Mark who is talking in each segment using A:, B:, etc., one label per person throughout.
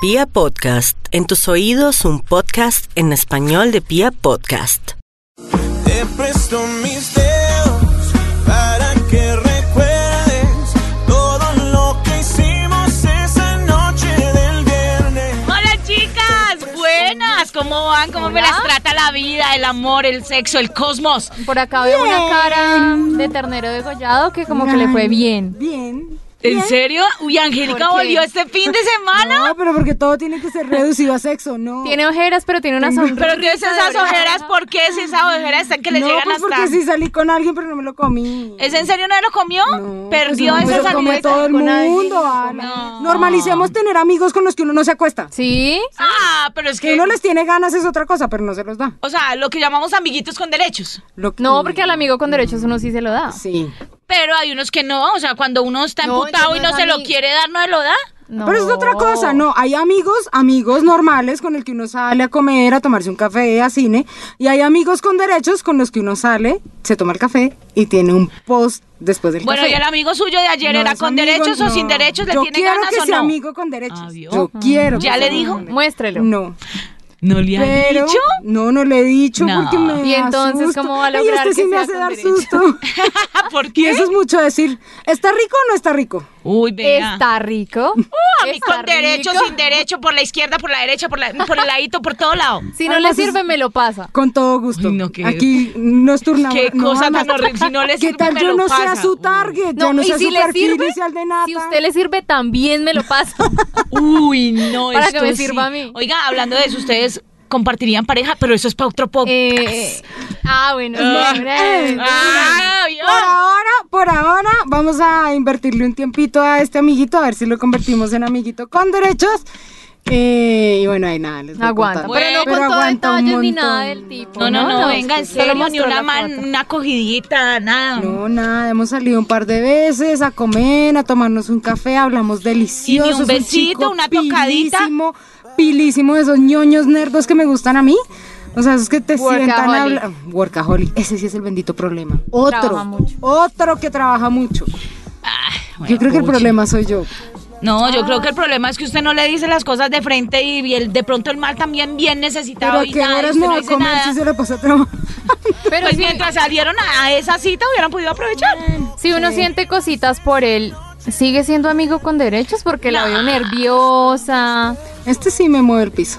A: Pia Podcast, en tus oídos un podcast en español de Pia Podcast.
B: Te presto mis dedos para que recuerdes todo lo que hicimos esa noche del viernes.
C: Hola chicas, buenas, ¿cómo van? ¿Cómo me
D: Hola.
C: las trata la vida, el amor, el sexo, el cosmos?
D: Por acá veo una cara de ternero degollado que como que le fue bien.
E: Bien.
C: ¿En serio? Uy, Angélica
D: ¿Por qué?
C: volvió este fin de semana.
E: No, Ah, pero porque todo tiene que ser reducido a sexo, ¿no?
D: Tiene ojeras, pero tiene una sonrisa.
C: ¿Pero qué es esas ojeras? ¿Por qué es esas ojeras están que le
E: no,
C: llegan
E: pues
C: hasta...?
E: porque sí salí con alguien, pero no me lo comí.
C: ¿Es en serio no lo comió?
E: No,
C: Perdió
E: pues uno
C: esa
E: se lo come
C: salida.
E: todo el
C: con alguien.
E: mundo, Ana. Normalicemos tener amigos con los que uno no se acuesta.
D: ¿Sí?
C: Ah, pero es
E: Que
C: que...
E: uno les tiene ganas es otra cosa, pero no se los da.
C: O sea, lo que llamamos amiguitos con derechos.
E: Lo que-
D: No, porque al amigo con derechos uno sí se lo da.
E: Sí.
C: Pero hay unos que no, o sea, cuando uno está
D: No,
C: emputado y no
D: entonces
C: se
D: no es
C: lo
D: ami-
C: quiere dar, no se lo da.
D: No.
E: Pero es otra cosa, no. Hay amigos, amigos normales con el que uno sale a comer, a tomarse un café, a cine. Y hay amigos con derechos con los que uno sale, se toma el café y tiene un post después del
C: Bueno,
E: café.
C: ¿y el amigo suyo de ayer
E: No,
C: era
E: es
C: con
E: amigo,
C: derechos o
E: no.
C: sin derechos? ¿Le
E: Yo
C: tiene
E: quiero
C: ganas
E: que
C: o
E: sea
C: no?
E: amigo con derechos.
C: Ah, ¿vio?
E: Yo quiero. que
C: ¿Ya
E: sea
C: le
E: amigo
C: dijo?
E: con derechos.
D: Muéstrelo.
E: No.
C: ¿No le
E: Pero, No, no le he dicho
C: No.
E: porque me
D: Y entonces,
E: asusto.
D: ¿cómo va a
E: Ay,
D: lograr
E: este sí
D: que
E: me
D: sea
E: hace
D: con
E: dar
D: derechos?
E: susto.
C: ¿Por
E: Y
C: qué?
E: eso es mucho decir. ¿Está rico o no está rico?
C: Uy, vea.
D: Está rico.
C: A mí
D: Está
C: Oh, con derecho,
D: rico.
C: sin derecho, por la izquierda, por la derecha, por, la- por el ladito, por todo lado.
D: Si no le
E: Además,
D: sirve,
E: es-
D: me lo pasa.
E: Con todo gusto.
C: Ay, no, qué-
E: Aquí nos turnamos.
C: Qué
E: No,
C: cosa
E: jamás.
C: tan horrible. Si no le
E: ¿Qué
C: sirve,
E: tal
C: me
E: yo
C: lo
E: no
C: pasa?
E: sea su target? yo
D: No,
E: no
D: y
E: sea
D: si
E: su
D: le
E: perfil,
D: sirve,
E: ni sea el de nada.
D: si usted le sirve, también me lo pasa.
C: Uy, no,
D: Para
C: esto
D: que me
C: sí.
D: sirva a mí.
C: Oiga, hablando de eso, ustedes compartirían pareja, pero eso es para otro poco.
D: Eh, ah, bueno.
C: Ah.
D: bueno,
C: Ah, vio.
E: Por ahora, por ahora, vamos a invertirle un tiempito a este amiguito, a ver si lo convertimos en amiguito con derechos. Eh, y bueno, ahí nada, les voy
D: Aguanta.
E: contando.
D: Pero no
C: Bueno.
D: con todo
E: aguanta un
D: detalles ni nada
E: montón.
D: del tipo.
C: no, no, no, venga, en
D: solo
C: serio, ni
D: mostró
C: una,
D: la
C: man,
D: foto.
C: una cogidita, nada.
E: No, nada, hemos salido un par de veces a comer, a tomarnos un café, hablamos delicioso.
C: Y ni un
E: es
C: besito,
E: chico
C: una tocadita.
E: Pilísimo, pilísimo de esos ñoños nerdos que me gustan a mí. O sea, esos que te sientan a
D: Workaholic.
E: hablar. Workaholic, ese sí es el bendito problema. Otro,
D: Trabaja mucho.
E: otro que trabaja mucho.
C: Ah, bueno,
E: Yo creo que el
C: pucha.
E: problema soy yo.
C: No, yo creo que el problema es que usted no le dice las cosas de frente y, y el, de pronto el mal también bien necesitado
E: Pero a
C: y
E: qué
C: nada, y
E: horas
C: usted
E: me va
C: no
E: a
C: dice
E: comer
C: nada.
E: si se le pasa trabajo.
D: Pero
C: pues
D: sí,
C: mientras salieron a, a esa cita hubieran podido aprovechar.
D: Si uno siente cositas por él, sigue siendo amigo con derechos porque la veo nerviosa.
E: Este sí me mueve el piso.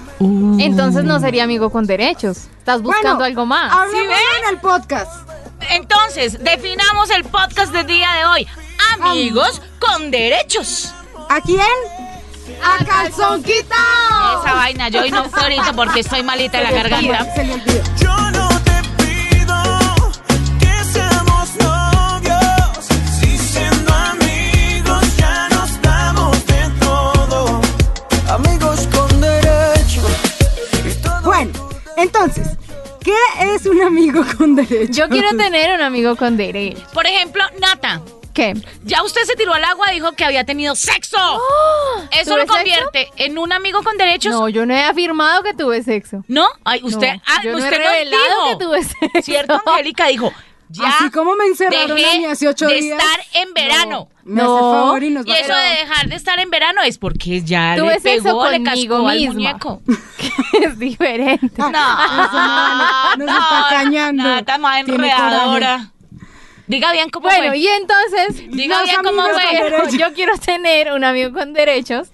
D: Entonces no sería amigo con derechos. Estás buscando
E: Bueno,
D: algo más.
E: Hablemos
C: ¿Sí ve?
E: en el podcast.
C: Entonces, definamos el podcast del día de hoy. Amigos con derechos.
E: ¿A quién? ¡A Calzonquita!
C: Esa vaina, yo hoy no puedo ahorita porque estoy malita de la garganta.
E: Se le olvidó.
B: Yo no te pido que seamos novios, si siendo amigos ya nos damos de todo. Amigos con derecho. y todo
E: Bueno, entonces, ¿qué es un amigo con derechos?
D: Yo quiero tener un amigo con derechos.
C: Por ejemplo, Nata.
D: ¿Qué?
C: Ya usted se tiró al agua y dijo que había tenido sexo. Eso
D: Oh,
C: lo
D: ¿tuve
C: convierte en un amigo con derechos.
D: No, yo no he afirmado que tuve sexo.
C: ¿No? Ay, usted,
D: No,
C: ah,
D: yo no he
C: usted nos
D: revelado
C: dijo.
D: que tuve sexo.
C: Cierto, Angélica dijo. Ya
E: Así como me encerraron
C: dejé
E: a mí hace ocho
C: de
E: días.
C: estar en verano.
E: Me
D: No.
E: hace el favor y nos
C: Y
E: va a
C: eso de dejar de estar en verano es porque ya
D: Tuve
C: le pegó,
D: sexo
C: le cascó
D: conmigo
C: al
D: misma.
C: muñeco. Ah,
D: Que es diferente.
C: No,
E: no, nos está cañando.
C: Nata más
E: Tiene
C: enredadora. Diga bien cómo
D: Bueno,
C: fue.
D: y entonces.
C: pues. Diga
E: los
C: bien cómo
E: amigos
C: fue.
E: con
D: Pero
E: derechos.
D: yo quiero tener un amigo con derechos.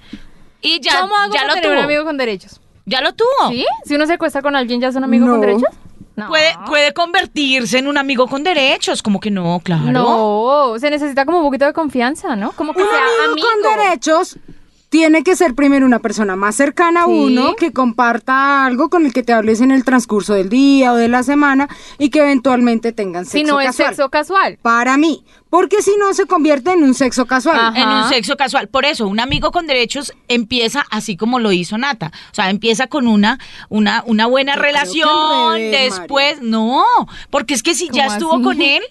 C: Y ya,
D: ¿Cómo hago
C: ya
D: para
C: lo
D: tener un
C: tuvo.
D: amigo con derechos?
C: Ya lo tuvo.
D: ¿Sí? Si uno se acuesta con alguien, ¿ya es un amigo con
E: No.
D: derechos? No.
C: Puede, puede convertirse en un amigo con derechos. Como que no, claro.
D: No, se necesita como un poquito de confianza, ¿no? Como que
E: Un
D: sea
E: amigo,
D: amigo.
E: con derechos tiene que ser primero una persona más cercana a
D: Sí.
E: uno que comparta algo con el que te hables en el transcurso del día o de la semana y que eventualmente tengan sexo
D: si no es
E: casual.
D: sexo casual.
E: Para mí, porque si no se convierte en un sexo casual.
D: Ajá.
C: En un sexo casual. Por eso, un amigo con derechos empieza así como lo hizo Nata. O sea, empieza con una, una, una buena
E: Yo creo que al
C: relación.
E: revés,
C: después, no. Porque es que si ya
D: ¿Cómo
C: estuvo
D: así?
C: con él,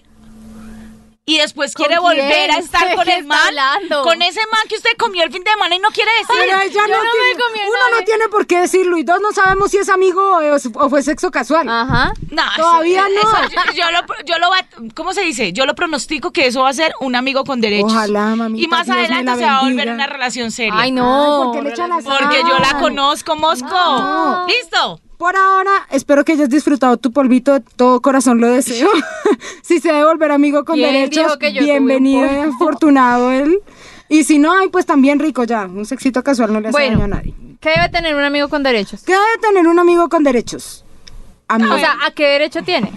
C: y después
D: ¿Con
C: quiere volver
D: quién?
C: a estar con
D: ¿Qué
C: el
D: está
C: man,
D: hablando?
C: con ese man que usted comió el fin de semana y no quiere decir.
E: Pero ella
D: yo
E: no
D: no me
E: tiene-
D: comí el
E: uno
D: ave.
E: no tiene por qué decirlo y dos no sabemos si es amigo o, es- o fue sexo casual.
D: Ajá.
C: No, eso-
E: Todavía no.
C: eso yo, yo lo, pro- yo lo va, ¿cómo se dice? Yo lo pronostico que eso va a ser un amigo con derechos.
E: Ojalá, mamita,
C: Y más
E: Dios me
C: adelante
E: la
C: se va a volver
E: bendiga.
C: una relación seria.
D: Ay,
E: Ay,
D: no.
E: ¿por qué le echa la sal?
C: Porque yo la conozco, Mosco.
E: No.
C: ¿Listo?
E: Por ahora, espero que hayas disfrutado tu polvito, de todo corazón lo deseo. si se debe volver amigo con
D: ¿Quién
E: derechos,
D: dijo que yo tuve un
E: bienvenido y
D: polvo?
E: afortunado él. Y si no, ay, pues también rico ya, un sexito casual no le hace daño a
D: Bueno,
E: nadie.
D: ¿qué debe tener un amigo con derechos?
E: ¿Qué debe tener un amigo con derechos? Amigo.
D: O sea, ¿a qué derecho tiene?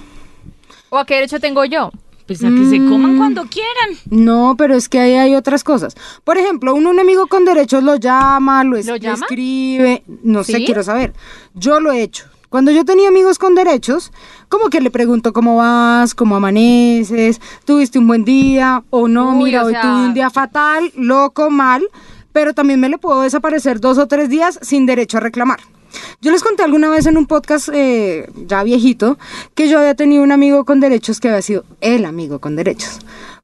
D: ¿O a qué derecho tengo yo?
C: Pues a que se coman cuando quieran.
E: No, pero es que ahí hay otras cosas. Por ejemplo, uno, un amigo con derechos lo llama, lo, es-
D: ¿Lo
E: le
D: llama?
E: escribe, no sé,
D: ¿Sí?
E: quiero saber. Yo lo he hecho. Cuando yo tenía amigos con derechos, como que le pregunto cómo vas, cómo amaneces, tuviste un buen día o no,
D: Uy,
E: mira,
D: o
E: hoy
D: sea-
E: tuve un día fatal, loco, mal, pero también me le puedo desaparecer dos o tres días sin derecho a reclamar. Yo les conté alguna vez en un podcast eh, ya viejito que yo había tenido un amigo con derechos que había sido el amigo con derechos.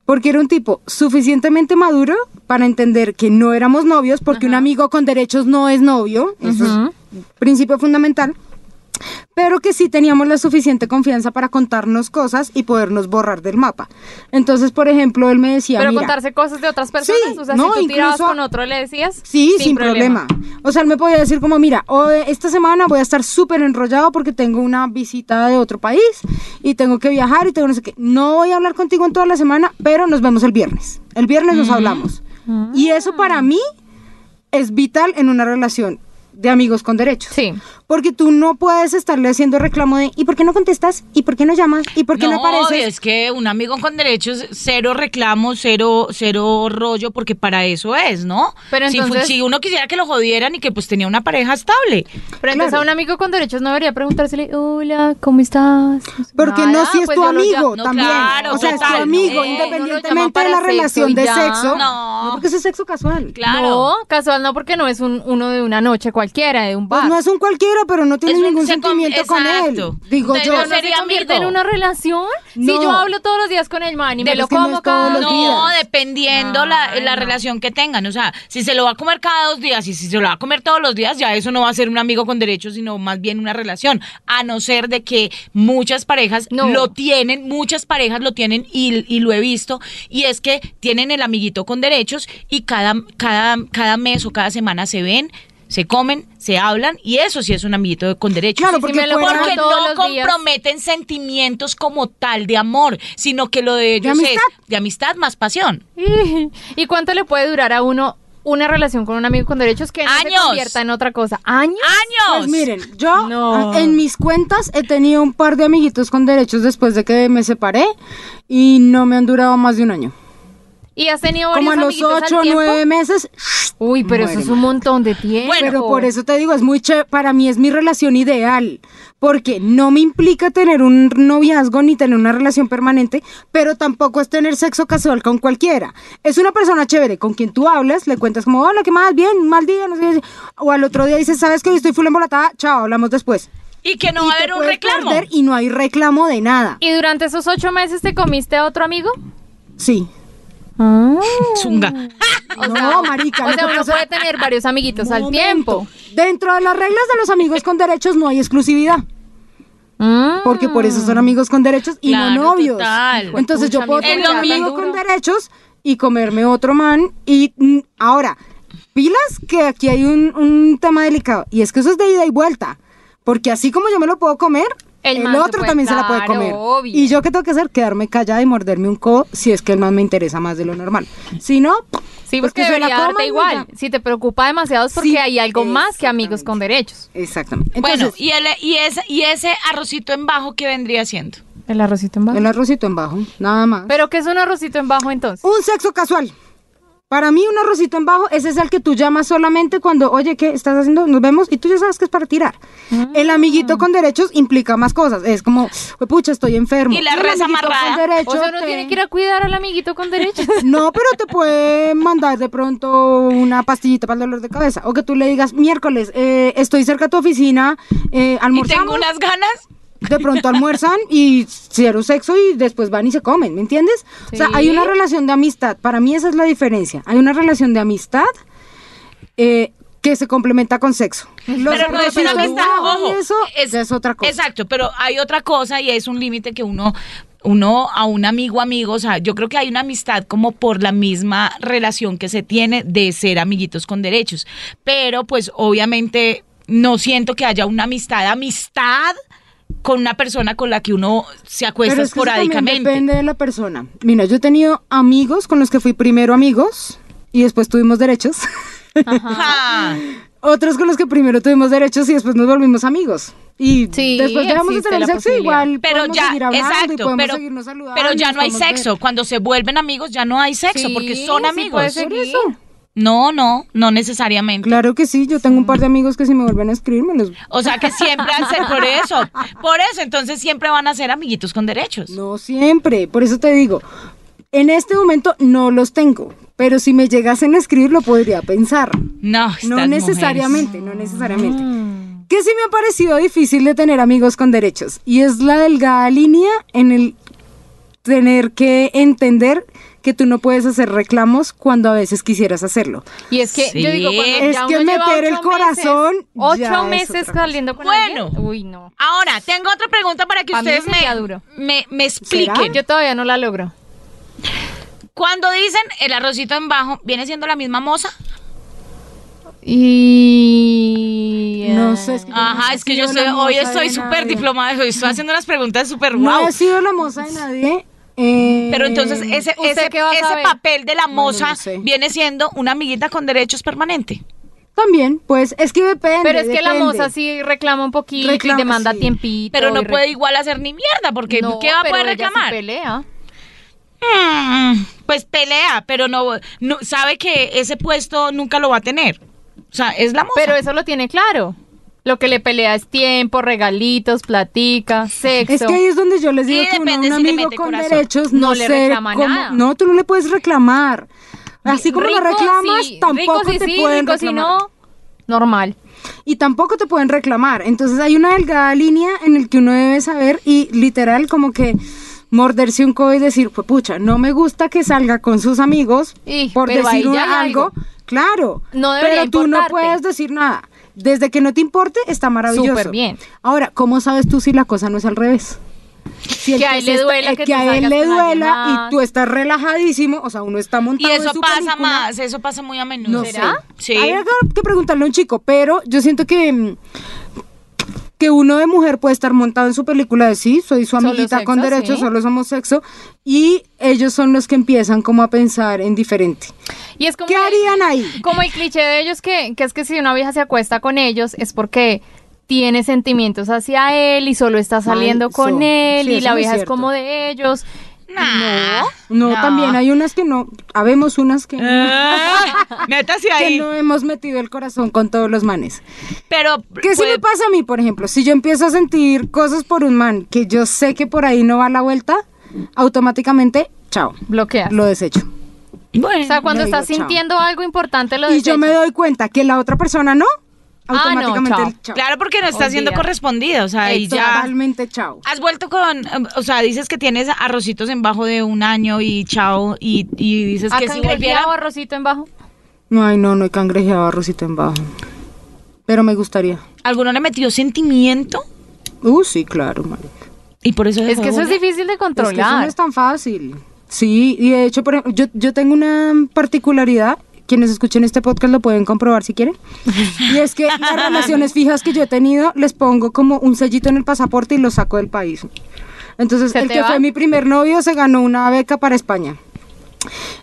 E: Porque era un tipo suficientemente maduro para entender que no éramos novios, porque un amigo con derechos no es novio, eso es principio fundamental, pero que sí teníamos la suficiente confianza para contarnos cosas y podernos borrar del mapa. Entonces, por ejemplo, él me decía...
D: Pero
E: "Mira,
D: contarse cosas de otras personas, o sea,
E: no,
D: si tú tirabas
E: incluso-
D: con otro, le decías.
E: Sí, sin, problema. O sea, él me podía decir como, mira, o- esta semana voy a estar súper enrollado porque tengo una visita de otro país y tengo que viajar y tengo no sé qué. No voy a hablar contigo en toda la semana, pero nos vemos el viernes. El viernes nos hablamos. Y eso para mí es vital en una relación de amigos con derechos.
D: Sí.
E: Porque tú no puedes estarle haciendo reclamo de, ¿y por qué no contestas? ¿Y por qué no llamas? ¿Y por qué no, apareces?
C: es que un amigo con derechos, cero reclamo, cero, cero rollo, porque para eso es, ¿no?
D: Pero
C: Si fu-
D: entonces-
C: si, uno quisiera que lo jodieran y que pues tenía una pareja estable.
D: Pero entonces
E: Claro.
D: a un amigo con derechos no debería preguntársele, hola, ¿cómo estás?
E: Porque no
D: Nada,
E: si es
D: pues
E: tu
D: yo lo
E: amigo
D: llamo-
C: No,
E: también.
C: claro,
E: o sea, es tu
C: total,
D: Eh,
E: amigo,
C: no, no lo
D: llaman
E: independientemente de
D: para
E: la
D: sexo
E: relación
D: y
E: de
D: ya.
E: sexo.
C: No.
E: porque eso es sexo casual.
C: Claro.
D: No, casual no, porque no es un, uno de una noche cualquiera, de un bar.
E: Pues no es un cualquiera, pero no tienes
C: Es un-
E: ningún
C: se com-
E: sentimiento con él.
C: exacto.
E: Digo
C: Entonces,
E: yo.
C: no sería
D: se convierte
C: amigo.
D: en una relación? Si
E: No.
D: yo hablo todos los días con el man y me
E: Pero
D: lo
E: es que no
D: como
E: es
D: cada
E: todos los
D: día.
C: No,
E: días.
C: dependiendo la, la relación que tengan. O sea, si se lo va a comer cada dos días y si se lo va a comer todos los días, ya eso no va a ser un amigo con derechos, sino más bien una relación. A no ser de que muchas parejas
D: No.
C: lo tienen, muchas parejas lo tienen y, y lo he visto. Y es que tienen el amiguito con derechos y cada, cada, cada mes o cada semana se ven. Se comen, se hablan y eso sí es un amiguito con derechos.
E: Claro,
D: si
E: porque,
D: me lo
E: fuera-
D: Bueno,
C: Porque
D: todos
C: no
D: los días.
C: comprometen sentimientos como tal de amor, sino que lo de ellos es
E: amistad?
C: de amistad más pasión.
D: ¿Y cuánto le puede durar a uno una relación con un amigo con derechos que no
C: Años.
D: se convierta en otra cosa? ¿Años?
C: ¡Años!
E: Pues miren, yo
D: No.
E: ah, en mis cuentas he tenido un par de amiguitos con derechos después de que me separé y no me han durado más de un año.
D: ¿Y has tenido varios
E: Como a los
D: amiguitos al
E: 8 o
D: tiempo?
E: 9 meses.
D: Uy, pero eso
E: Muere,
D: es un montón de tiempo.
C: Bueno,
E: Pero por eso te digo, es muy ché- para mí es mi relación ideal, porque no me implica tener un noviazgo ni tener una relación permanente, pero tampoco es tener sexo casual con cualquiera. Es una persona chévere con quien tú hablas, le cuentas como, hola, ¿qué más? Bien, mal día, no sé qué". O al otro día dices, ¿sabes que Hoy estoy full embolatada, chao, hablamos después.
C: Y que no
E: Y
C: va a
E: te
C: haber un
E: puedes
C: reclamo.
E: perder Y no hay reclamo de nada.
D: ¿Y durante esos ocho meses te comiste a otro amigo?
E: Sí. Ah.
C: Zunga.
E: no, marica.
D: o
E: lo
D: sea,
E: que
D: uno
E: pasa-
D: puede tener varios amiguitos al
E: Momento.
D: tiempo.
E: Dentro de las reglas de los amigos con derechos no hay exclusividad.
D: Mm.
E: Porque por eso son amigos con derechos y
C: Claro,
E: no novios.
C: total.
E: Entonces yo
D: Pucha,
E: puedo
D: amigo,
E: tener
C: es
E: un
C: lo
E: amigo
D: mismo.
E: con derechos y comerme otro man. Y mm, ahora, pilas que aquí hay un, un tema delicado. Y es que eso es de ida y vuelta. Porque así como yo me lo puedo comer,
D: El
E: el,
D: man se
E: otro
D: puede-
E: también se la puede
D: claro,
E: comer.
D: obvio.
E: Y yo qué tengo que hacer, quedarme callada y morderme un codo si es que el man me interesa más de lo normal. Si no,
D: Sí,
E: pues
D: porque
E: que se la
D: debería
E: coman
D: darte
E: y
D: igual.
E: ya.
D: Si te preocupa demasiado es porque
E: Sí,
D: hay algo más que amigos
E: exactamente.
D: con derechos.
E: Exactamente.
C: bueno,
E: Entonces,
C: y, el, y, ese, y ese arrocito en bajo que vendría siendo.
D: El arrocito en
E: el arrocito en bajo, nada más.
D: ¿Pero qué es un arrocito en bajo entonces?
E: Un sexo casual. Para mí, un arrocito en bajo, ese es el que tú llamas solamente cuando, oye, ¿qué estás haciendo? Nos vemos y tú ya sabes que es para tirar. El
D: Ah.
E: amiguito con derechos implica más cosas. Es como, "Uy, pucha, estoy enfermo.
C: Y la
E: el
C: res
E: amiguito
C: amarrada.
E: con derechos
D: O sea, uno
E: te-
D: tiene que ir a cuidar al amiguito con derechos.
E: No, pero te puede mandar de pronto una pastillita para el dolor de cabeza. O que tú le digas, miércoles, eh, estoy cerca de tu oficina, eh,
C: Y
E: almorzamos.
C: tengo unas ganas.
E: de pronto almuerzan y cero sexo y después van y se comen, ¿me entiendes? O sea,
D: Sí.
E: hay una relación de amistad. Para mí esa es la diferencia. Hay una relación de amistad eh, que se complementa con sexo. Los
C: pero no es una
E: propios
C: amistad,
E: dúos y
C: ojo.
E: eso ya es otra cosa.
C: Exacto, pero hay otra cosa y es un límite que uno uno a un amigo amigo, o sea, yo creo que hay una amistad como por la misma relación que se tiene de ser amiguitos con derechos, pero pues obviamente no siento que haya una amistad amistad con una persona con la que uno se acuesta
E: Pero es que eso también
C: esporádicamente.
E: depende de la persona. Mira, yo he tenido amigos con los que fui primero amigos y después tuvimos derechos.
C: Ajá.
E: Otros con los que primero tuvimos derechos y después nos volvimos amigos. Y
D: Sí,
E: después dejamos de
D: existe
E: tener
D: la
E: sexo
D: posibilidad.
E: igual.
C: Pero
E: podemos
C: ya,
E: seguir hablando y
C: exacto,
E: podemos
C: pero,
E: seguirnos saludando
C: pero ya
E: y
C: no hay
E: nos podemos
C: sexo.
E: ver.
C: Cuando se vuelven amigos ya no hay sexo porque
D: Sí,
C: son
D: sí puede
C: amigos.
D: ser.
E: Por eso.
C: no, no, no necesariamente.
E: Claro que sí, yo tengo un par de amigos que si me vuelven a escribir me los...
C: O sea que siempre han ser por eso, por eso, entonces siempre van a ser amiguitos con derechos.
E: No siempre, por eso te digo, en este momento no los tengo, pero si me llegasen a escribir lo podría pensar.
C: No,
D: pues,
C: estas
E: No
C: mujeres.
E: necesariamente, no necesariamente.
D: Mm.
E: Que sí me ha parecido difícil de tener amigos con derechos. Y es la delgada línea en el tener que entender que tú no puedes hacer reclamos cuando a veces quisieras hacerlo.
D: Y es que yo digo, cuando
C: Sí.
E: Es
D: ya
E: que
D: uno lleva
E: meter el
D: ocho
E: corazón
D: meses,
E: ya
D: ocho
E: es
D: meses
E: otra cosa.
D: saliendo con
C: Bueno.
D: alguien, Uy, no.
C: Ahora, tengo otra pregunta para que
D: Pa' mí
C: ustedes
D: sería
C: me,
D: duro.
C: me, me
E: ¿Ah?
C: expliquen.
D: Yo todavía no la logro.
C: Cuando dicen el arrocito en bajo, ¿viene siendo la misma moza?
D: Y
E: No sé, es que yo no
C: Ajá,
E: he
C: es que yo
E: sido
C: soy,
E: la
C: hoy
E: moza
C: estoy
E: de
C: súper
E: nadie.
C: diplomada, hoy estoy haciendo unas preguntas súper
E: No
C: guau.
E: he sido la moza de nadie. eh,
C: Pero entonces ese,
D: ¿usted
C: ese,
D: qué va a
C: ese
D: saber?
C: papel de la
E: No, no lo
C: moza
E: sé.
C: viene siendo una amiguita con derechos permanente.
E: También, pues es que depende.
D: Pero es que la
E: depende.
D: moza sí reclama un poquito
E: Reclama,
D: y demanda
E: sí.
D: tiempito.
C: Pero no
D: y re-
C: puede igual hacer ni mierda, porque
D: No,
C: ¿qué va a
D: pero
C: poder
D: ella sí
C: reclamar?
D: pelea.
C: Mm, Pues pelea, pero no, no- sabe que ese puesto nunca lo va a tener. O sea, es la moza.
D: Pero eso lo tiene claro. Lo que le pelea es tiempo, regalitos, platica, sexo.
E: Es que ahí es donde yo les digo
C: Y
E: que uno a un
C: depende si le
E: amigo
C: mete
E: con
C: corazón.
E: derechos no,
D: No le
E: sé
D: reclama
E: cómo-
D: nada.
E: No, tú no le puedes reclamar. Así como
D: Rico
E: lo reclamas,
D: sí,
E: tampoco
D: rico sí,
E: te
D: sí,
E: pueden
D: rico si
E: reclamar.
D: no, normal.
E: Y tampoco te pueden reclamar. Entonces hay una delgada línea en el que uno debe saber y literal como que morderse un codo y decir, pues pucha, no me gusta que salga con sus amigos
D: Y,
E: por
D: pero ahí
E: decir un-
D: ya hay
E: algo.
D: algo.
E: Claro.
D: No debería
E: pero tú no
D: importarte.
E: puedes decir nada. Desde que no te importe, está maravilloso.
D: Súper bien.
E: Ahora, ¿cómo sabes tú si la cosa no es al revés? Si el
D: Que a él
E: se
D: le
E: está-
D: duela
E: eh,
D: que
E: que
D: tú
E: a él
D: salgas
E: le
D: con alguien
E: duela
D: más.
E: y tú estás relajadísimo, o sea, uno está
C: y
E: montado en
C: eso
E: su
C: pasa
E: película.
C: más, eso pasa muy a menudo.
E: No
D: ¿Será?
E: sé.
C: Sí.
E: Habría que- que preguntarle a un chico, pero yo siento que mm, que uno de mujer puede estar montado en su película de sí, soy su
D: Solo
E: amiguita con
D: sexo,
E: derechos,
D: sí.
E: solo somos sexo, y ellos son los que empiezan como a pensar en diferente.
D: Y es como
E: ¿Qué
D: el-
E: harían ahí?
D: Como el cliché de ellos que, que es que si una vieja se acuesta con ellos es porque tiene sentimientos hacia él y solo está saliendo
E: Mal,
D: con
E: so-
D: él
E: sí,
D: y
E: eso
D: la
E: no es
D: vieja es
E: cierto.
D: como de ellos.
C: Nah.
E: No, también hay unas que no, habemos unas
C: Eh,
E: que,
C: Ah, métase
E: que
C: ahí.
E: no hemos metido el corazón con todos los manes.
C: Pero
E: ¿Qué si
C: puede-
E: me pasa a mí, por ejemplo? Si yo empiezo a sentir cosas por un man que yo sé que por ahí no va la vuelta, automáticamente, chao,
D: Bloqueas.
E: lo desecho.
D: O sea, cuando
E: le digo
D: estás
E: chao.
D: sintiendo algo importante lo
E: Y yo
D: desechas.
E: me doy cuenta que la otra persona no,
D: no,
E: automáticamente
D: chao.
E: el chao.
C: claro porque no está siendo
D: Olvídate.
C: correspondido, o sea, y ya
E: Totalmente chao.
C: has vuelto con, em, o sea, dices que tienes arrocitos en bajo de un año y chao y, y dices
D: ¿Ha
C: que si volviera
D: cangrejeado a Rosito en bajo?
E: Ay, no, no he cangrejeado a Rosita en bajo. Pero me gustaría.
C: alguno le metió sentimiento
E: Uh, sí, claro, marica.
C: y por eso
D: Es
C: dejó
D: que
C: de
D: eso es
C: volver.
D: difícil de
E: Es que eso no
D: controlar.
E: es tan fácil. Sí, y de hecho, por ejemplo, yo, yo tengo una particularidad. Quienes escuchen este podcast lo pueden comprobar si quieren. Y es que las relaciones fijas que yo he tenido, les pongo como un sellito en el pasaporte y lo saco del país. Entonces,
D: ¿Se
E: el
D: te
E: que
D: va?
E: fue mi primer novio se ganó una beca para España.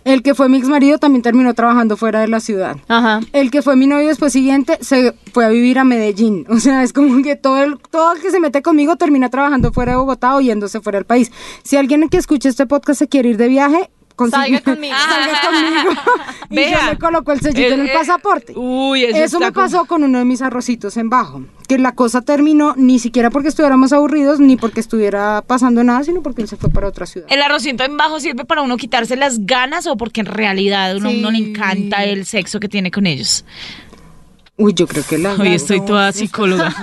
E: El que fue mi ex marido también terminó trabajando fuera de la ciudad.
D: Ajá.
E: El que fue mi novio después siguiente se fue a vivir a Medellín. O sea, es como que todo el, todo el que se mete conmigo termina trabajando fuera de Bogotá o yéndose fuera del país. Si alguien que escuche este podcast se quiere ir de viaje, consigue-
D: Salga conmigo.
E: salga conmigo. y
C: Vea.
E: yo le coloco el sellito en el
C: Eh, eh,
E: pasaporte.
C: uy, eso está
E: me
C: como-
E: pasó con uno de mis arrocitos en bajo. Que la cosa terminó ni siquiera porque estuviéramos aburridos ni porque estuviera pasando nada, sino porque él se fue para otra ciudad.
C: ¿El arrocito en bajo sirve para uno quitarse las ganas o porque en realidad uno, a uno le encanta el sexo que tiene con ellos?
E: Uy, yo creo que la.
C: Hoy estoy toda psicóloga.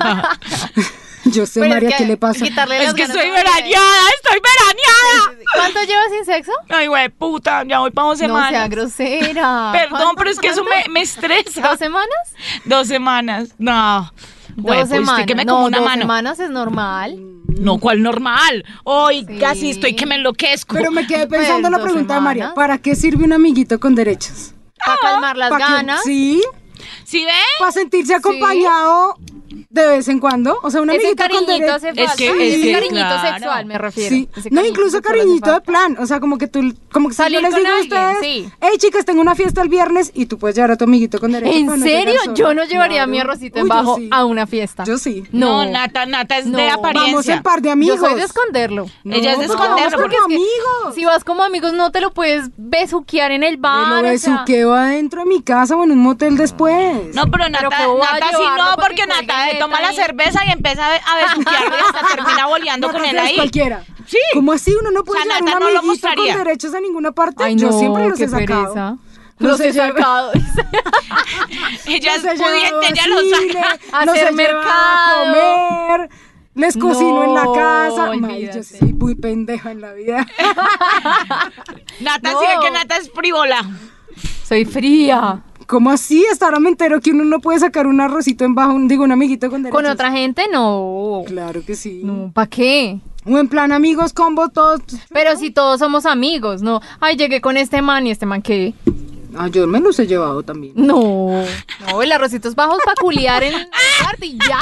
E: Yo sé,
D: Pero es
E: María,
D: que
E: ¿qué le pasa?
F: quitarle
C: Es
F: las
C: que
F: ganas
C: estoy
F: a uno de-
C: veraneada, estoy veraneada.
D: ¿Cuánto llevas sin sexo?
C: Ay, güey, puta, ya voy para dos
D: No sea
C: semanas.
D: grosera.
C: Perdón,
D: ¿Cuánto-
C: pero es que eso me,
D: cuánto?
C: me estresa.
D: ¿Dos semanas?
C: Dos semanas. No. Güey,
D: dos
C: pues
D: semanas.
C: estoy que me
D: no,
C: como una
D: dos
C: mano.
D: semanas es normal.
C: No, ¿cuál normal? Hoy casi
D: Sí.
C: estoy que me enloquezco.
E: Pero me quedé
D: Pues,
E: pensando en la
D: dos
E: pregunta de María.
D: semanas.
E: ¿Para qué sirve un amiguito con derechos?
C: Ah,
D: Para calmar las
E: ¿Para que-
D: ganas.
E: sí,
C: ¿Sí ven?
E: para sentirse acompañado de vez en cuando. O sea, un
D: Ese
E: amiguito con
D: cariñito
E: derechos.
D: hace
C: Es
D: falta.
C: que-
E: es
D: Ese
E: que,
D: cariñito
C: claro.
D: sexual, me refiero.
E: Sí.
D: Ese
E: No,
D: cariñito
E: incluso
D: sexual hace
E: cariñito de
D: falta.
E: plan. O sea, como que tú, como que si
D: Salir
E: yo les
D: con
E: digo a
D: alguien,
E: ustedes,
D: sí.
E: hey chicas, tengo una fiesta el viernes y tú puedes llevar a tu amiguito con derechos. para
D: ¿En
E: no llegar
D: serio?
E: solo.
D: Yo no llevaría a mi
E: Claro.
D: arrocito
E: Uy,
D: en
E: yo
D: bajo
E: sí.
D: a una fiesta.
E: Yo sí.
C: No,
D: No.
C: Nata, Nata es de
D: No.
E: Vamos
C: apariencia.
E: en par de amigos.
D: Yo soy de esconderlo.
C: Ella es de
E: No,
C: esconderlo,
E: vamos
C: porque
D: es
E: como
D: que-
E: amigos.
D: Si vas como amigos no te lo puedes besuquear en el
E: Me lo
D: bar. o sea,
E: besuqueo adentro de mi casa o en un motel después.
C: No, pero Nata,
D: ¿cómo va a
C: Nata sí
D: llevarlo
C: no,
D: para
C: porque
D: que cuelgue
C: Nata eh, toma la
D: neta ahí?
C: cerveza y empieza a a besuquearle y hasta termina boleando
E: No,
C: con él
E: entonces,
C: ahí.
E: cualquiera.
C: Sí.
E: ¿Cómo así uno no puede
C: O sea,
E: llevar
C: Nata
E: un
C: no lo
E: amiguito
C: mostraría.
E: con derechos a ninguna parte?
D: Ay,
E: Yo
D: no,
E: siempre los
D: qué
E: he sacado.
D: pereza.
E: Los
D: Los
E: he
D: he sacado.
C: Ella es
E: Los he llevado
C: pudiente,
E: a
C: ella lo
E: cine,
C: saca.
D: a
E: los he
D: hacer
E: llevado a
D: mercado.
E: comer. Les cocino en la
D: No,
E: casa. Ay, yo
D: olvídate.
E: soy muy pendeja en la vida.
C: Nata
D: No.
C: sí ve que Nata es frívola.
D: Soy fría.
E: ¿Cómo así? Hasta ahora me entero que uno no puede sacar un arrocito en bajo, un- digo, un amiguito con derechos.
D: Con otra gente no.
E: Claro que sí.
D: No, ¿para qué?
E: O en plan amigos, combo, todos.
D: Pero si todos somos amigos, no. Ay, llegué con este man y este man qué.
E: Ah, yo me los he llevado también.
D: No. No, el arrocito es bajo para culiar en el cuarto y ya.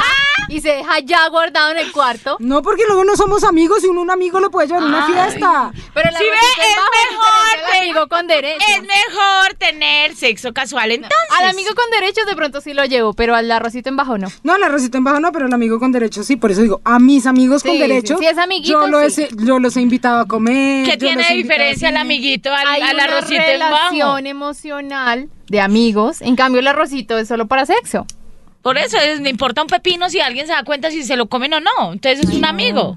D: Y se deja ya guardado en el cuarto.
E: No, porque luego no somos amigos y uno un amigo lo puede llevar a una fiesta.
D: Pero el
C: Si ve,
D: arrocito
C: es
D: bajo,
C: mejor,
D: diferente al
C: ve.
D: amigo con derechos.
C: Es mejor tener sexo casual entonces.
D: Al amigo con derechos de pronto sí lo llevo, pero al arrocito en bajo no.
E: No, el arrocito en bajo no, pero el amigo con derecho sí. Por eso digo, a mis amigos con
D: Sí,
E: derecho.
D: sí, sí, es amiguito,
E: Yo, lo he-
D: sí.
E: yo los he invitado a comer.
C: ¿Qué
E: yo
C: tiene
E: los he
C: de
E: invitado
C: diferencia
E: a
C: el
E: cine.
C: amiguito al,
D: Hay
C: al
D: una
C: arrocito en bajo?
D: relación emocional de amigos. En cambio, el arrocito es solo para sexo.
C: Por eso es, me importa un pepino si alguien se da cuenta si se lo comen o no. Entonces es un amigo.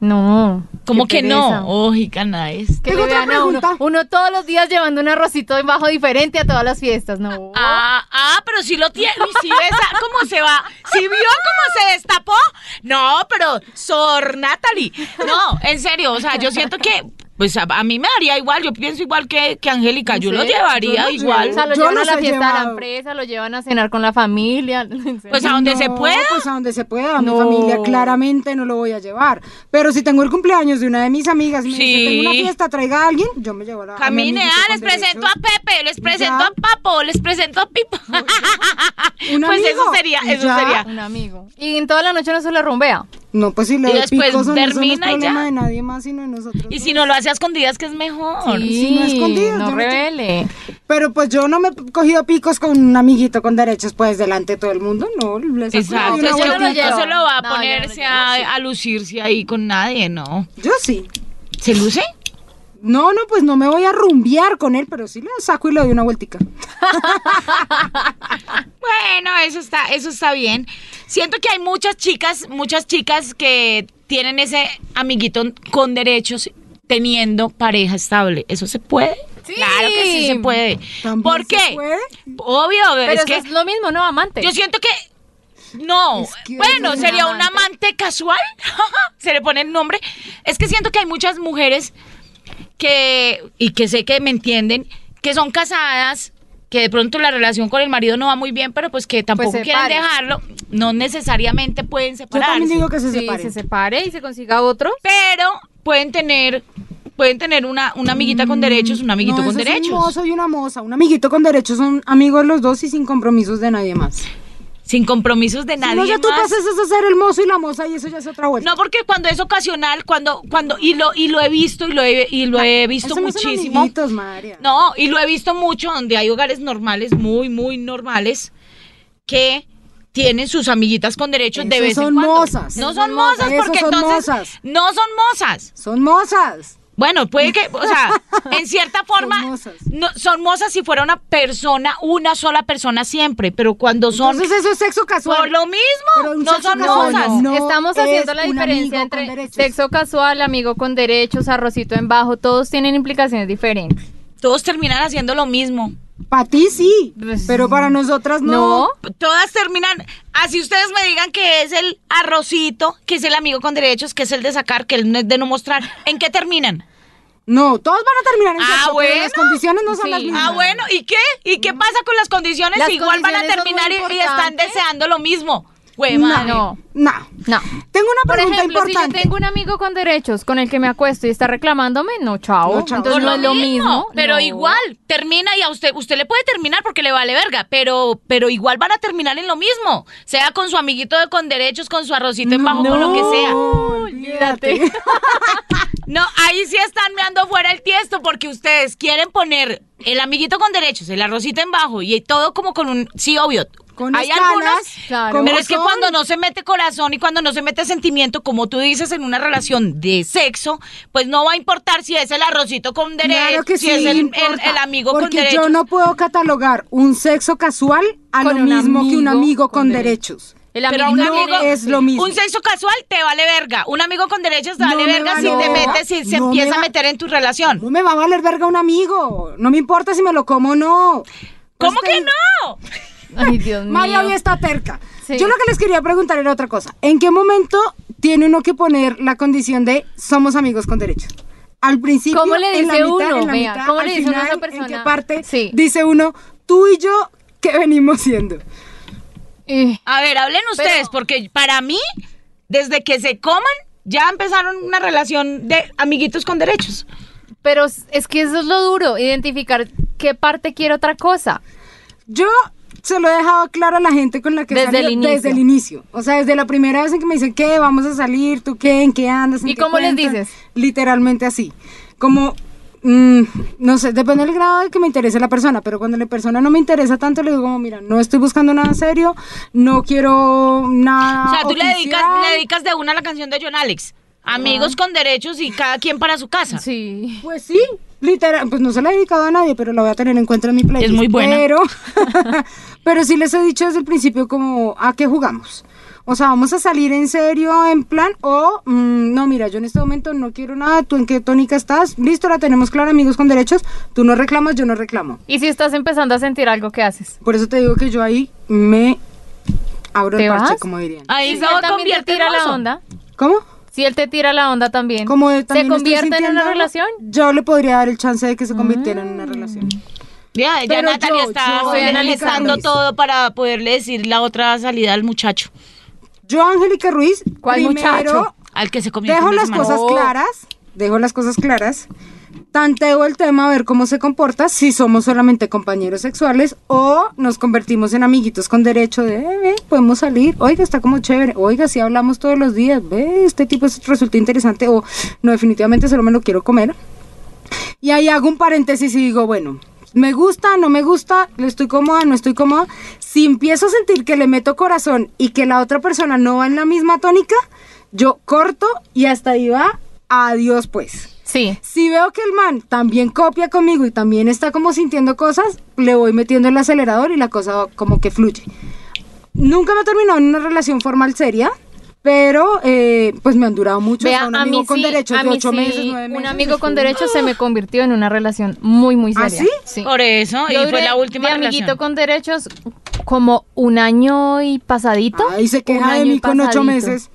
D: No.
C: ¿Cómo
D: qué
C: que no? Oh.
D: pereza.
C: Uy, canales.
D: Que
E: Tengo
D: le
E: otra
D: vean a uno,
E: pregunta.
D: uno todos los días llevando un arrocito debajo diferente a todas las fiestas, ¿no?
C: Ah, ah, pero si lo tiene. Uy, si ves a- cómo se va. Si vio cómo se destapó. No, pero Sor Natalie. No, en serio. O sea, yo siento que. Pues a, a mí me daría igual. Yo pienso igual que, que Angélica. Yo lo
D: serio?
C: llevaría
E: Yo lo
C: igual.
D: O sea, lo
E: Yo
D: llevan a
E: los
D: la
E: he
D: fiesta de la
E: llevado.
D: empresa, lo llevan a cenar con la familia. en serio.
C: Pues a donde se
E: No,
C: pueda.
E: Pues a donde se pueda. A mi
D: No.
E: familia claramente no lo voy a llevar. Pero si tengo el cumpleaños de una de mis amigas y me
C: Sí.
E: dice, tengo una fiesta, traiga a alguien, yo me llevo a la a mi
C: Camine,
E: amiguito
C: ah,
E: con
C: les presento a
E: derechos.
C: Pepe, les presento
E: Ya.
C: a Papo, les presento a Pipo.
E: Un
C: pues eso
E: amigo,
C: sería,
E: y
C: eso
E: ya.
C: sería.
D: Un amigo. Y en toda la noche no se lo rumbea.
E: No, pues si
C: Y
E: le doy
C: después
E: picos, no, eso no es
C: termina y ya.
E: problema de nadie más sino de nosotros.
C: Y
E: dos.
C: si no lo hace a escondidas, que es mejor.
E: si no escondidas,
D: no
E: yo no te-
D: revele.
E: Pero pues yo no me he cogido picos con un amiguito con derechos pues delante de todo el mundo, no. Les saco
C: Exacto,
E: una
C: es que
D: yo
C: uno
E: vueltita.
C: no
D: vueltita.
C: se lo va a
D: No, yo no lo
C: ponerse
D: llevo,
C: a,
D: sí.
C: a lucirse ahí con nadie, ¿no?
E: Yo sí.
C: ¿Se luce?
E: No, no, pues no me voy a rumbear con él, pero sí le saco y le doy una vueltica.
C: Bueno, eso está, eso está bien. Siento que hay muchas chicas, muchas chicas que tienen ese amiguito con derechos teniendo pareja estable. ¿Eso se puede?
D: Sí.
C: Claro que sí se puede.
E: ¿También
C: ¿Por
E: se
C: qué?
E: puede?
C: Obvio,
D: Pero
C: es
D: eso
C: que
D: es lo mismo, ¿no? Amante.
C: yo siento que no.
E: Es que
C: bueno,
E: es un
C: sería un amante casual. se le pone el nombre. Es que siento que hay muchas mujeres que y que sé que me entienden, que son casadas, que de pronto la relación con el marido no va muy bien, pero pues que tampoco quieren
D: separen.
C: dejarlo, no necesariamente pueden
E: Yo
C: separarse,
E: también digo que se
D: Sí,
E: separe.
D: se separe y se consiga otro.
C: pero pueden tener pueden tener una, una amiguita con derechos, un amiguito
E: Mm, No,
C: con
E: eso es
C: derechos.
E: Un mozo y una moza. Un amiguito con derechos son amigos los dos y sin compromisos de nadie más.
C: Sin compromisos de
E: Si
C: nadie
E: no, ya tú
C: más.
E: pasas a ser el mozo y la moza y eso ya es otra vuelta.
C: No, porque cuando es ocasional, cuando, cuando, y lo, y lo he visto, y lo he, y lo he visto
E: Eso no son
C: muchísimo.
E: amiguitos, María.
C: No, y lo he visto mucho donde hay hogares normales, muy, muy normales, que tienen sus amiguitas con derechos de
E: Esos
C: vez en
E: son
C: cuando.
E: mozas.
C: No son
E: Esos son
C: mozas,
E: mozas. Esos
C: porque
E: son
C: entonces
E: mozas.
C: no son mozas.
E: Son mozas.
C: Bueno, puede que, o sea, en cierta forma,
E: Son mozas.
C: no- son mozas si fuera una persona, una sola persona siempre, pero cuando son
E: Entonces eso es sexo casual.
C: por lo mismo,
E: Pero un
C: no
E: sexo
C: son
E: casual
C: mozas.
E: no
D: Estamos
E: es
D: haciendo la
E: un
D: diferencia
E: amigo con
D: entre
E: derechos.
D: sexo casual, amigo con derechos, arrocito en bajo, todos tienen implicaciones diferentes.
C: Todos terminan haciendo lo mismo.
E: Para ti sí,
D: Pues,
E: pero para nosotras no.
D: No.
C: Todas terminan, así ustedes me digan que es el arrocito, que es el amigo con derechos, que es el de sacar, que el de no mostrar. ¿En qué terminan?
E: No, todos van a terminar en
C: Ah,
E: sexo, pero
C: bueno.
E: las condiciones no son
D: Sí.
E: las mismas.
C: Ah, bueno, ¿y qué? ¿Y qué pasa con las condiciones?
D: Las
C: Igual van a
D: condiciones son
C: terminar
D: muy
C: y, y están
D: importantes.
C: deseando lo mismo. Güey,
D: No.
C: madre.
D: No.
E: No.
D: No.
E: Tengo una
D: Por
E: pregunta
D: ejemplo, si
E: importante.
D: yo tengo un amigo con derechos con el que me acuesto y está reclamándome, no, chao.
E: No, chao.
D: Entonces
C: Por
D: no es lo mismo.
C: pero
D: no.
C: igual termina y a usted usted le puede terminar porque le vale verga, pero pero igual van a terminar en lo mismo, sea con su amiguito de con derechos, con su arrocito en bajo, con lo que sea.
E: Olvídate.
C: No, ahí sí están meando fuera el tiesto porque ustedes quieren poner el amiguito con derechos, el arrocito en bajo y todo como con un sí obvio.
E: Con
C: Hay
E: escalas,
C: algunas
D: claro.
E: ¿cómo
C: Pero es que
E: son?
C: cuando no se mete corazón y cuando no se mete sentimiento, como tú dices, en una relación de sexo, pues no va a importar si es el arrocito con derecho,
E: Claro que
C: si
E: sí
C: es el, el-
E: importa,
C: el amigo
E: porque
C: con derecho.
E: yo no puedo catalogar un sexo casual a
D: Con
E: lo
D: un
E: mismo que un
D: amigo
E: amigo con,
D: con
E: derechos.
D: El
C: Pero
D: amigo
C: un
D: con
C: amigo-
D: derechos,
E: es lo mismo.
C: Un sexo casual te vale verga. Un amigo con derechos te
E: No
C: vale
E: me
C: verga
E: vale
C: si te
E: verga.
C: metes, si se
E: No me
C: empieza a
E: va-
C: meter en tu relación.
E: No me va a valer verga un amigo. No me importa si me lo como o no.
C: ¿Cómo
E: Este-
C: que no?
D: Ay, Dios mío.
E: María hoy está terca.
D: Sí.
E: Yo lo que les quería preguntar era otra cosa. ¿En qué momento tiene uno que poner la condición de somos amigos con derechos? Al principio,
D: ¿Cómo le
E: en la
D: dice
E: mitad,
D: uno?
E: en la
D: Vea,
E: mitad,
D: ¿cómo
E: al
D: le dice uno a
E: final,
D: esa persona?
E: ¿En qué parte
D: Sí.
E: dice uno, tú y yo, qué venimos siendo?
D: Eh,
C: A ver, hablen ustedes,
D: Pero-
C: porque para mí, desde que se coman, ya empezaron una relación de amiguitos con derechos.
D: Pero es es que eso es lo duro, identificar qué parte quiere otra cosa.
E: Yo se lo he dejado claro a la gente con la que he
D: Desde el
E: salido
D: inicio.
E: desde el inicio. O sea, desde la primera vez en que me dicen, ¿qué? Vamos a salir, ¿tú qué? ¿En qué andas? ¿En
D: ¿Y
E: qué
D: cómo les
E: cuentas?".
D: dices?
E: Literalmente así. Como, mm, no sé, depende del grado de que me interese la persona, pero cuando la persona no me interesa tanto, le digo como, mira, no estoy buscando nada serio, no quiero nada
D: Ah,
C: o sea, tú le dedicas,
E: oficial".
C: le dedicas de una a la canción de John Alex. Amigos con derechos y cada quien para su casa.
D: Sí.
E: Pues sí, literal, pues no se la he dedicado a nadie, pero la voy a tener en cuenta en mi playlist.
C: Es muy buena.
E: Pero, pero sí les he dicho desde el principio como, ¿a qué jugamos? O sea, ¿vamos a salir en serio en plan o mm, no, mira, yo en este momento no quiero nada, ¿tú en qué tónica estás? Listo, la tenemos clara, amigos con derechos, tú no reclamas, yo no reclamo.
D: Y si estás empezando a sentir algo, ¿qué haces?
E: Por eso te digo que yo ahí me abro
D: ¿Te
E: el parche,
D: vas? Ah.
E: como dirían.
C: Ahí
D: Si
C: se
D: él
C: va a
D: también te
C: convierte en
D: tira la
C: oso.
D: onda.
E: ¿Cómo?
D: Si él te tira la onda también.
E: Como de-
D: ¿Se
E: también estoy
D: convierte en
E: sintiendo
D: una
E: algo,
D: relación? Ah.
E: Yo le podría dar el chance de que se convirtiera en una relación.
C: Ya, ya
E: Pero
C: Natalia
E: yo-
C: está
E: yo
D: soy Angélica
C: analizando
E: Ruiz.
C: todo para poderle decir la otra salida al muchacho,
E: Yo, Angélica Ruiz,
D: ¿Cuál
E: primero
D: muchacho?
C: al que se comió.
E: dejo
C: el fin de
E: las
C: semana.
E: cosas
D: No.
E: claras, dejo las cosas claras, tanteo el tema a ver cómo se comporta, si somos solamente compañeros sexuales o nos convertimos en amiguitos con derecho de, "Eh, ve, podemos salir, oiga, está como chévere, oiga, si hablamos todos los días, ve, este tipo es- resulta interesante o no, definitivamente solo me lo quiero comer. Y ahí hago un paréntesis y digo, bueno, me gusta, no me gusta, le estoy cómoda, no estoy cómoda. Si empiezo a sentir que le meto corazón y que la otra persona no va en la misma tónica, yo corto y hasta ahí va, adiós pues.
D: Sí.
E: Si veo que el man también copia conmigo y también está como sintiendo cosas, le voy metiendo el acelerador y la cosa va como que fluye. Nunca me he terminado en una relación formal seria, pero eh, pues me han durado mucho. O
D: Vea,
E: sea, un
D: a
E: amigo
D: mí
E: con
D: sí,
E: derechos
D: a
E: de
D: mí
E: ocho
D: sí,
E: meses, nueve meses.
D: un amigo con
E: estuvo-
D: derechos se me convirtió en una relación muy, muy
E: ¿Ah,
D: seria.
E: sí?
C: ¡Ah! Por eso,
D: Yo
C: y fue
D: duré
C: la última
D: de
C: relación.
D: amiguito con derechos como un año y pasadito.
E: Ahí se
D: Un
E: queja de
D: año y
E: mí con ocho
D: pasadito.
E: meses.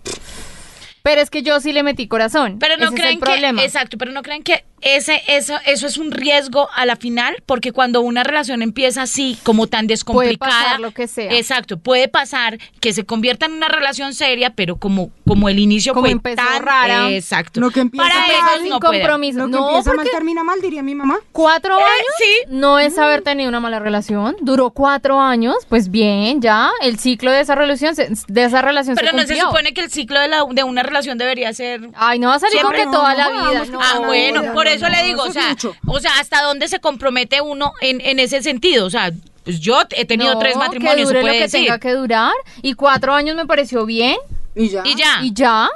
D: Pero es que yo sí le metí corazón.
C: Pero no
D: Ese
C: creen
D: es el problema.
C: que exacto, pero no creen que ese eso eso es un riesgo a la final porque cuando una relación empieza así como tan descomplicada,
D: pasar lo que sea.
C: Exacto, puede pasar que se convierta en una relación seria, pero como como el inicio
D: Como
C: fue
D: empezó
C: tan
D: rara.
C: exacto.
E: Lo que empieza
C: Para
E: mal,
C: ellos
D: sin
C: no puede.
D: compromiso.
E: Lo que
D: no,
E: empieza mal
D: porque
E: termina mal, diría mi mamá.
D: cuatro
C: Eh,
D: años
C: sí.
D: no es haber tenido una mala relación. Duró cuatro años, pues bien, ya el ciclo de esa relación se, de esa relación
C: Pero
D: se
C: no se
D: cumplió.
C: supone que el ciclo de, la- de una relación debería ser
D: Ay, no va a salir
C: Siempre
D: con que
E: no,
D: toda
E: no,
D: la
E: vamos
D: vida.
E: que
D: no.
E: toda
C: Ah,
E: no,
C: bueno,
E: no,
C: por
E: no,
C: eso
E: no,
C: le digo,
E: eso
C: o
E: es
C: sea,
E: mucho.
C: o sea, hasta dónde se compromete uno en, en ese sentido, o sea, pues yo he tenido
D: No,
C: tres
D: que
C: matrimonios, se
D: dure
C: puede
D: lo que
C: decir.
D: tenga que durar. Y cuatro años me pareció bien.
E: Y ya.
C: Y ya.
D: Y ya.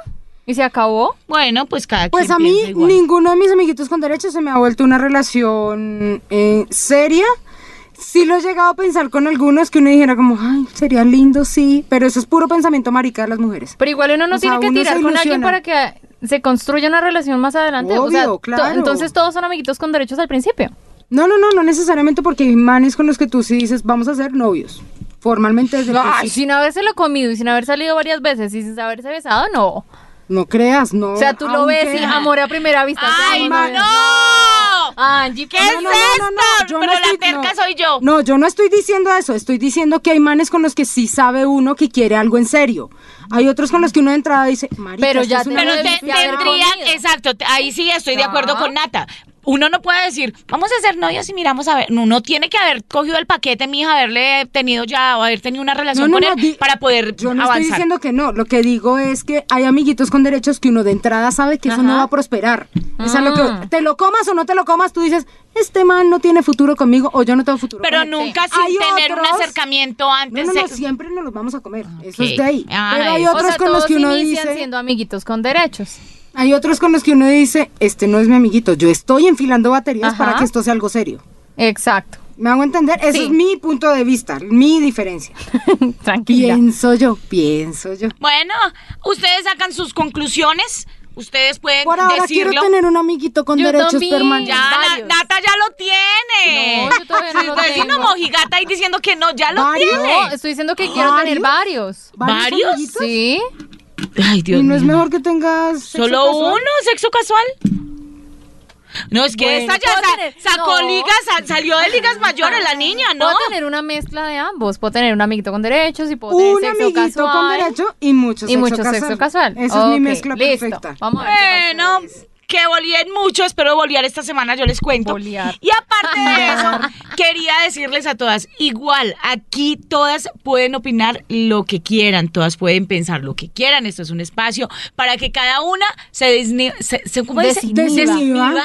D: Y se acabó.
C: Bueno, pues cada
E: Pues
C: quien
E: a mí,
C: piensa igual.
E: ninguno de mis amiguitos con derechos se me ha vuelto una relación eh, seria. Sí lo he llegado a pensar con algunos que uno dijera como, ay, sería lindo, sí, pero eso es puro pensamiento marica de las mujeres.
D: Pero igual uno no
E: O sea,
D: tiene que
E: uno se
D: tirar con alguien para
E: ilusiona.
D: que se construya una relación más adelante. o sea,
E: Obvio,
D: to-
E: claro.
D: entonces todos son amiguitos con derechos al principio.
E: No, no, no, no necesariamente porque hay manes con los que tú sí dices, vamos a ser novios. Formalmente desde el
D: Ay,
E: principio.
D: sin habérselo comido y sin haber salido varias veces y sin haberse besado, no.
E: No creas, no.
D: O sea, tú lo ves y amor a primera vista.
C: ¡Ay,
D: Vamos,
C: no!
D: Angie,
C: ¿Qué es esto? Pero la terca soy yo.
E: No, yo no estoy diciendo eso. Estoy diciendo que hay manes con los que sí sabe uno que quiere algo en serio. Hay otros con los que uno de entrada dice, marica,
D: Pero
E: esto
D: ya
E: es una
C: Pero
D: no
C: te-
E: vez-
D: debiste haber
C: tendrían,
D: comido.
C: exacto, te- ahí sí estoy de acuerdo
D: Ah.
C: con Nata. Uno no puede decir, vamos a ser novios y miramos a ver. Uno tiene que haber cogido el paquete, mija, haberle tenido ya o haber tenido una relación con él
E: di-
C: para poder
E: Yo no
C: avanzar.
E: estoy diciendo que no, lo que digo es que hay amiguitos con derechos que uno de entrada sabe que eso no va a prosperar. Es a lo
C: Mm.
E: que te lo comas o no te lo comas, tú dices, este man no tiene futuro conmigo o yo no tengo futuro
C: pero
E: con él".
C: nunca
E: Hay
C: sin tener un
E: otros-
C: acercamiento
E: No,
C: antes.
E: no, no,
C: se-
E: siempre nos los vamos a comer. Eso
C: Ok.
E: es de ahí.
C: Ah,
E: Pero hay
C: eso.
E: otros
D: o sea,
E: con los
D: todos
E: que uno
D: inician
E: dice.
D: siendo amiguitos con derechos.
E: Hay otros con los que uno dice, este no es mi amiguito, yo estoy enfilando baterías
D: Ajá.
E: para que esto sea algo serio.
D: Exacto.
E: ¿Me hago entender? Ese
C: Sí.
E: es mi punto de vista, mi diferencia.
D: Tranquila.
E: Pienso yo, pienso yo.
C: Bueno, ustedes sacan sus conclusiones. Ustedes pueden
E: Por ahora
C: decirlo.
E: quiero tener un amiguito con
D: Yo
E: derechos
D: también.
E: permanentes.
C: Ya, Na-
D: varios.
C: Nata ya lo tiene.
D: No, yo todavía no lo
C: Estoy diciendo
D: tengo.
C: mojigata ahí diciendo que no, ya lo
E: ¿Varios?
D: No,
C: tiene.
D: estoy diciendo que quiero tener varios.
C: ¿Varios?
E: amiguitos?
D: Sí.
C: Ay, Dios
E: ¿Y no es
C: mío.
E: mejor que tengas sexo
C: ¿Solo
E: casual?
C: uno? ¿Sexo casual? No, es que
D: Bueno,
C: esta ya
D: puedo
C: sa-
D: tener-
C: sacó
D: no.
C: ligas, sa- salió de ligas mayores la niña, ¿no?
D: Puedo tener una mezcla de ambos. Puedo tener un amiguito con derechos y puedo tener
E: Un
D: sexo
E: amiguito
D: casual.
E: con derecho y mucho
D: y
E: sexo
D: mucho
E: casual.
D: sexo casual.
E: Esa es mi
D: Ok,
E: mezcla
D: listo.
E: perfecta.
D: Vamos a ver. qué tal.
C: Bueno, que bolíen mucho, espero bolear esta semana, yo les cuento.
D: Bolear.
C: Y aparte de eso, quería decirles a todas, igual, aquí todas pueden opinar lo que quieran, todas pueden pensar lo que quieran, esto es un espacio para que cada una se, desni- se, se- ¿cómo dice?
E: Desinhiba.
C: Se desinhiba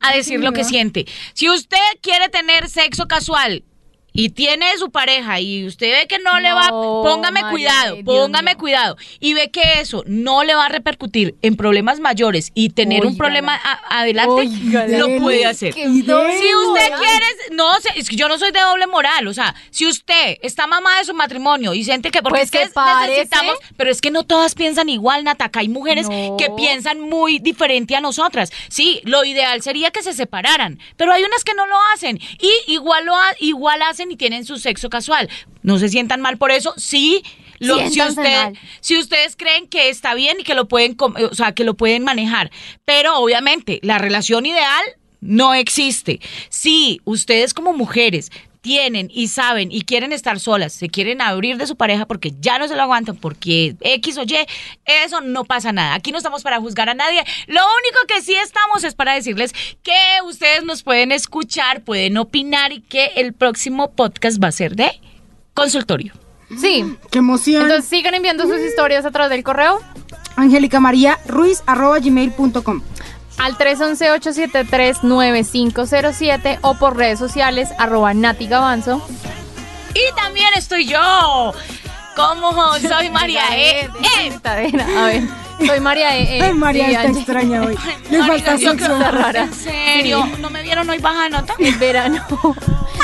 C: a decir lo que
E: Desinhiba.
C: siente. Si usted quiere tener sexo casual... Y tiene su pareja y usted ve que no, le va,
D: No,
C: póngame
D: María,
C: cuidado,
D: Dios
C: póngame
D: mío.
C: cuidado y ve que eso no le va a repercutir en problemas mayores y tener un
D: Óigala.
C: problema a- adelante,
D: Óigala.
C: lo
E: Dele.
C: puede hacer.
D: Qué
E: Y de-
D: doble
C: Si usted
D: moral.
C: quiere, no sé, es que yo no soy de doble moral, o sea, si usted está mamá de su matrimonio y siente que porque
D: Pues
C: es que
D: se parece.
C: necesitamos, pero es que no todas piensan igual, Nataka, hay mujeres
D: No.
C: que piensan muy diferente a nosotras. Sí, lo ideal sería que se separaran, pero hay unas que no lo hacen y igual lo ha- igual hacen y tienen su sexo casual. No se sientan mal por eso, sí. Lo, si,
D: Siéntanse
C: usted,
D: mal.
C: si ustedes creen que está bien y que lo pueden, com- o sea, que lo pueden manejar, pero obviamente la relación ideal no existe. Si ustedes como mujeres tienen y saben y quieren estar solas, se quieren abrir de su pareja porque ya no se lo aguantan, porque X o Y, eso no pasa nada. Aquí no estamos para juzgar a nadie. Lo único que sí estamos es para decirles que ustedes nos pueden escuchar, pueden opinar y que el próximo podcast va a ser de consultorio.
D: Sí.
E: Qué emoción.
D: Entonces sigan enviando sus historias a través del correo
E: Angélica María Ruiz arroba gmail.com.
D: al 311-873-9507 o por redes sociales arroba Nati Gavanzo.
C: Y también estoy yo. Como soy María E. E.
D: A ver, soy María E.
E: Ay, María,
D: Sí,
E: está
D: Angie.
E: extraña hoy. Le
C: Marica,
E: falta
C: Eh, yo
E: sexo.
C: creo-
D: rara.
C: En serio, ¿no me vieron hoy baja nota?
D: El verano.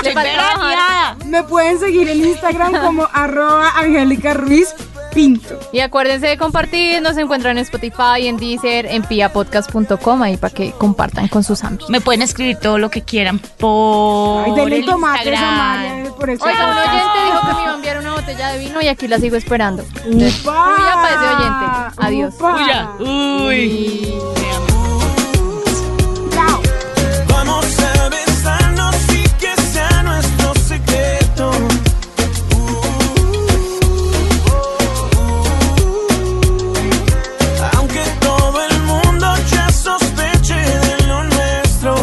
D: Le
C: Estoy
D: falta bajar.
C: veraneada.
E: Me pueden seguir en Instagram como arroba Angélica Ruiz Pinto.
D: Y acuérdense de compartir, nos encuentran en Spotify, en Deezer, en piapodcast.com, ahí para que compartan con sus amigos.
C: Me pueden escribir todo lo que quieran por
E: Ay, denle
C: el
E: tomates a
C: Instagram.
E: María por eso.
D: Oiga, un oyente dijo que me iba a enviar una botella de vino y aquí la sigo esperando. Entonces, Huya para ese oyente. Adiós.
C: Uya, Uy.
E: Chao.
B: Vamos a besarnos y que sea nuestro secreto. Aunque todo el mundo ya sospeche de lo nuestro.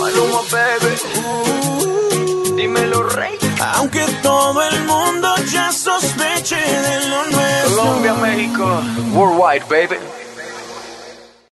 B: Maluma, baby. Dímelo, rey. Aunque todo el mundo ya sospeche de lo nuestro.
F: Colombia, México, worldwide, baby.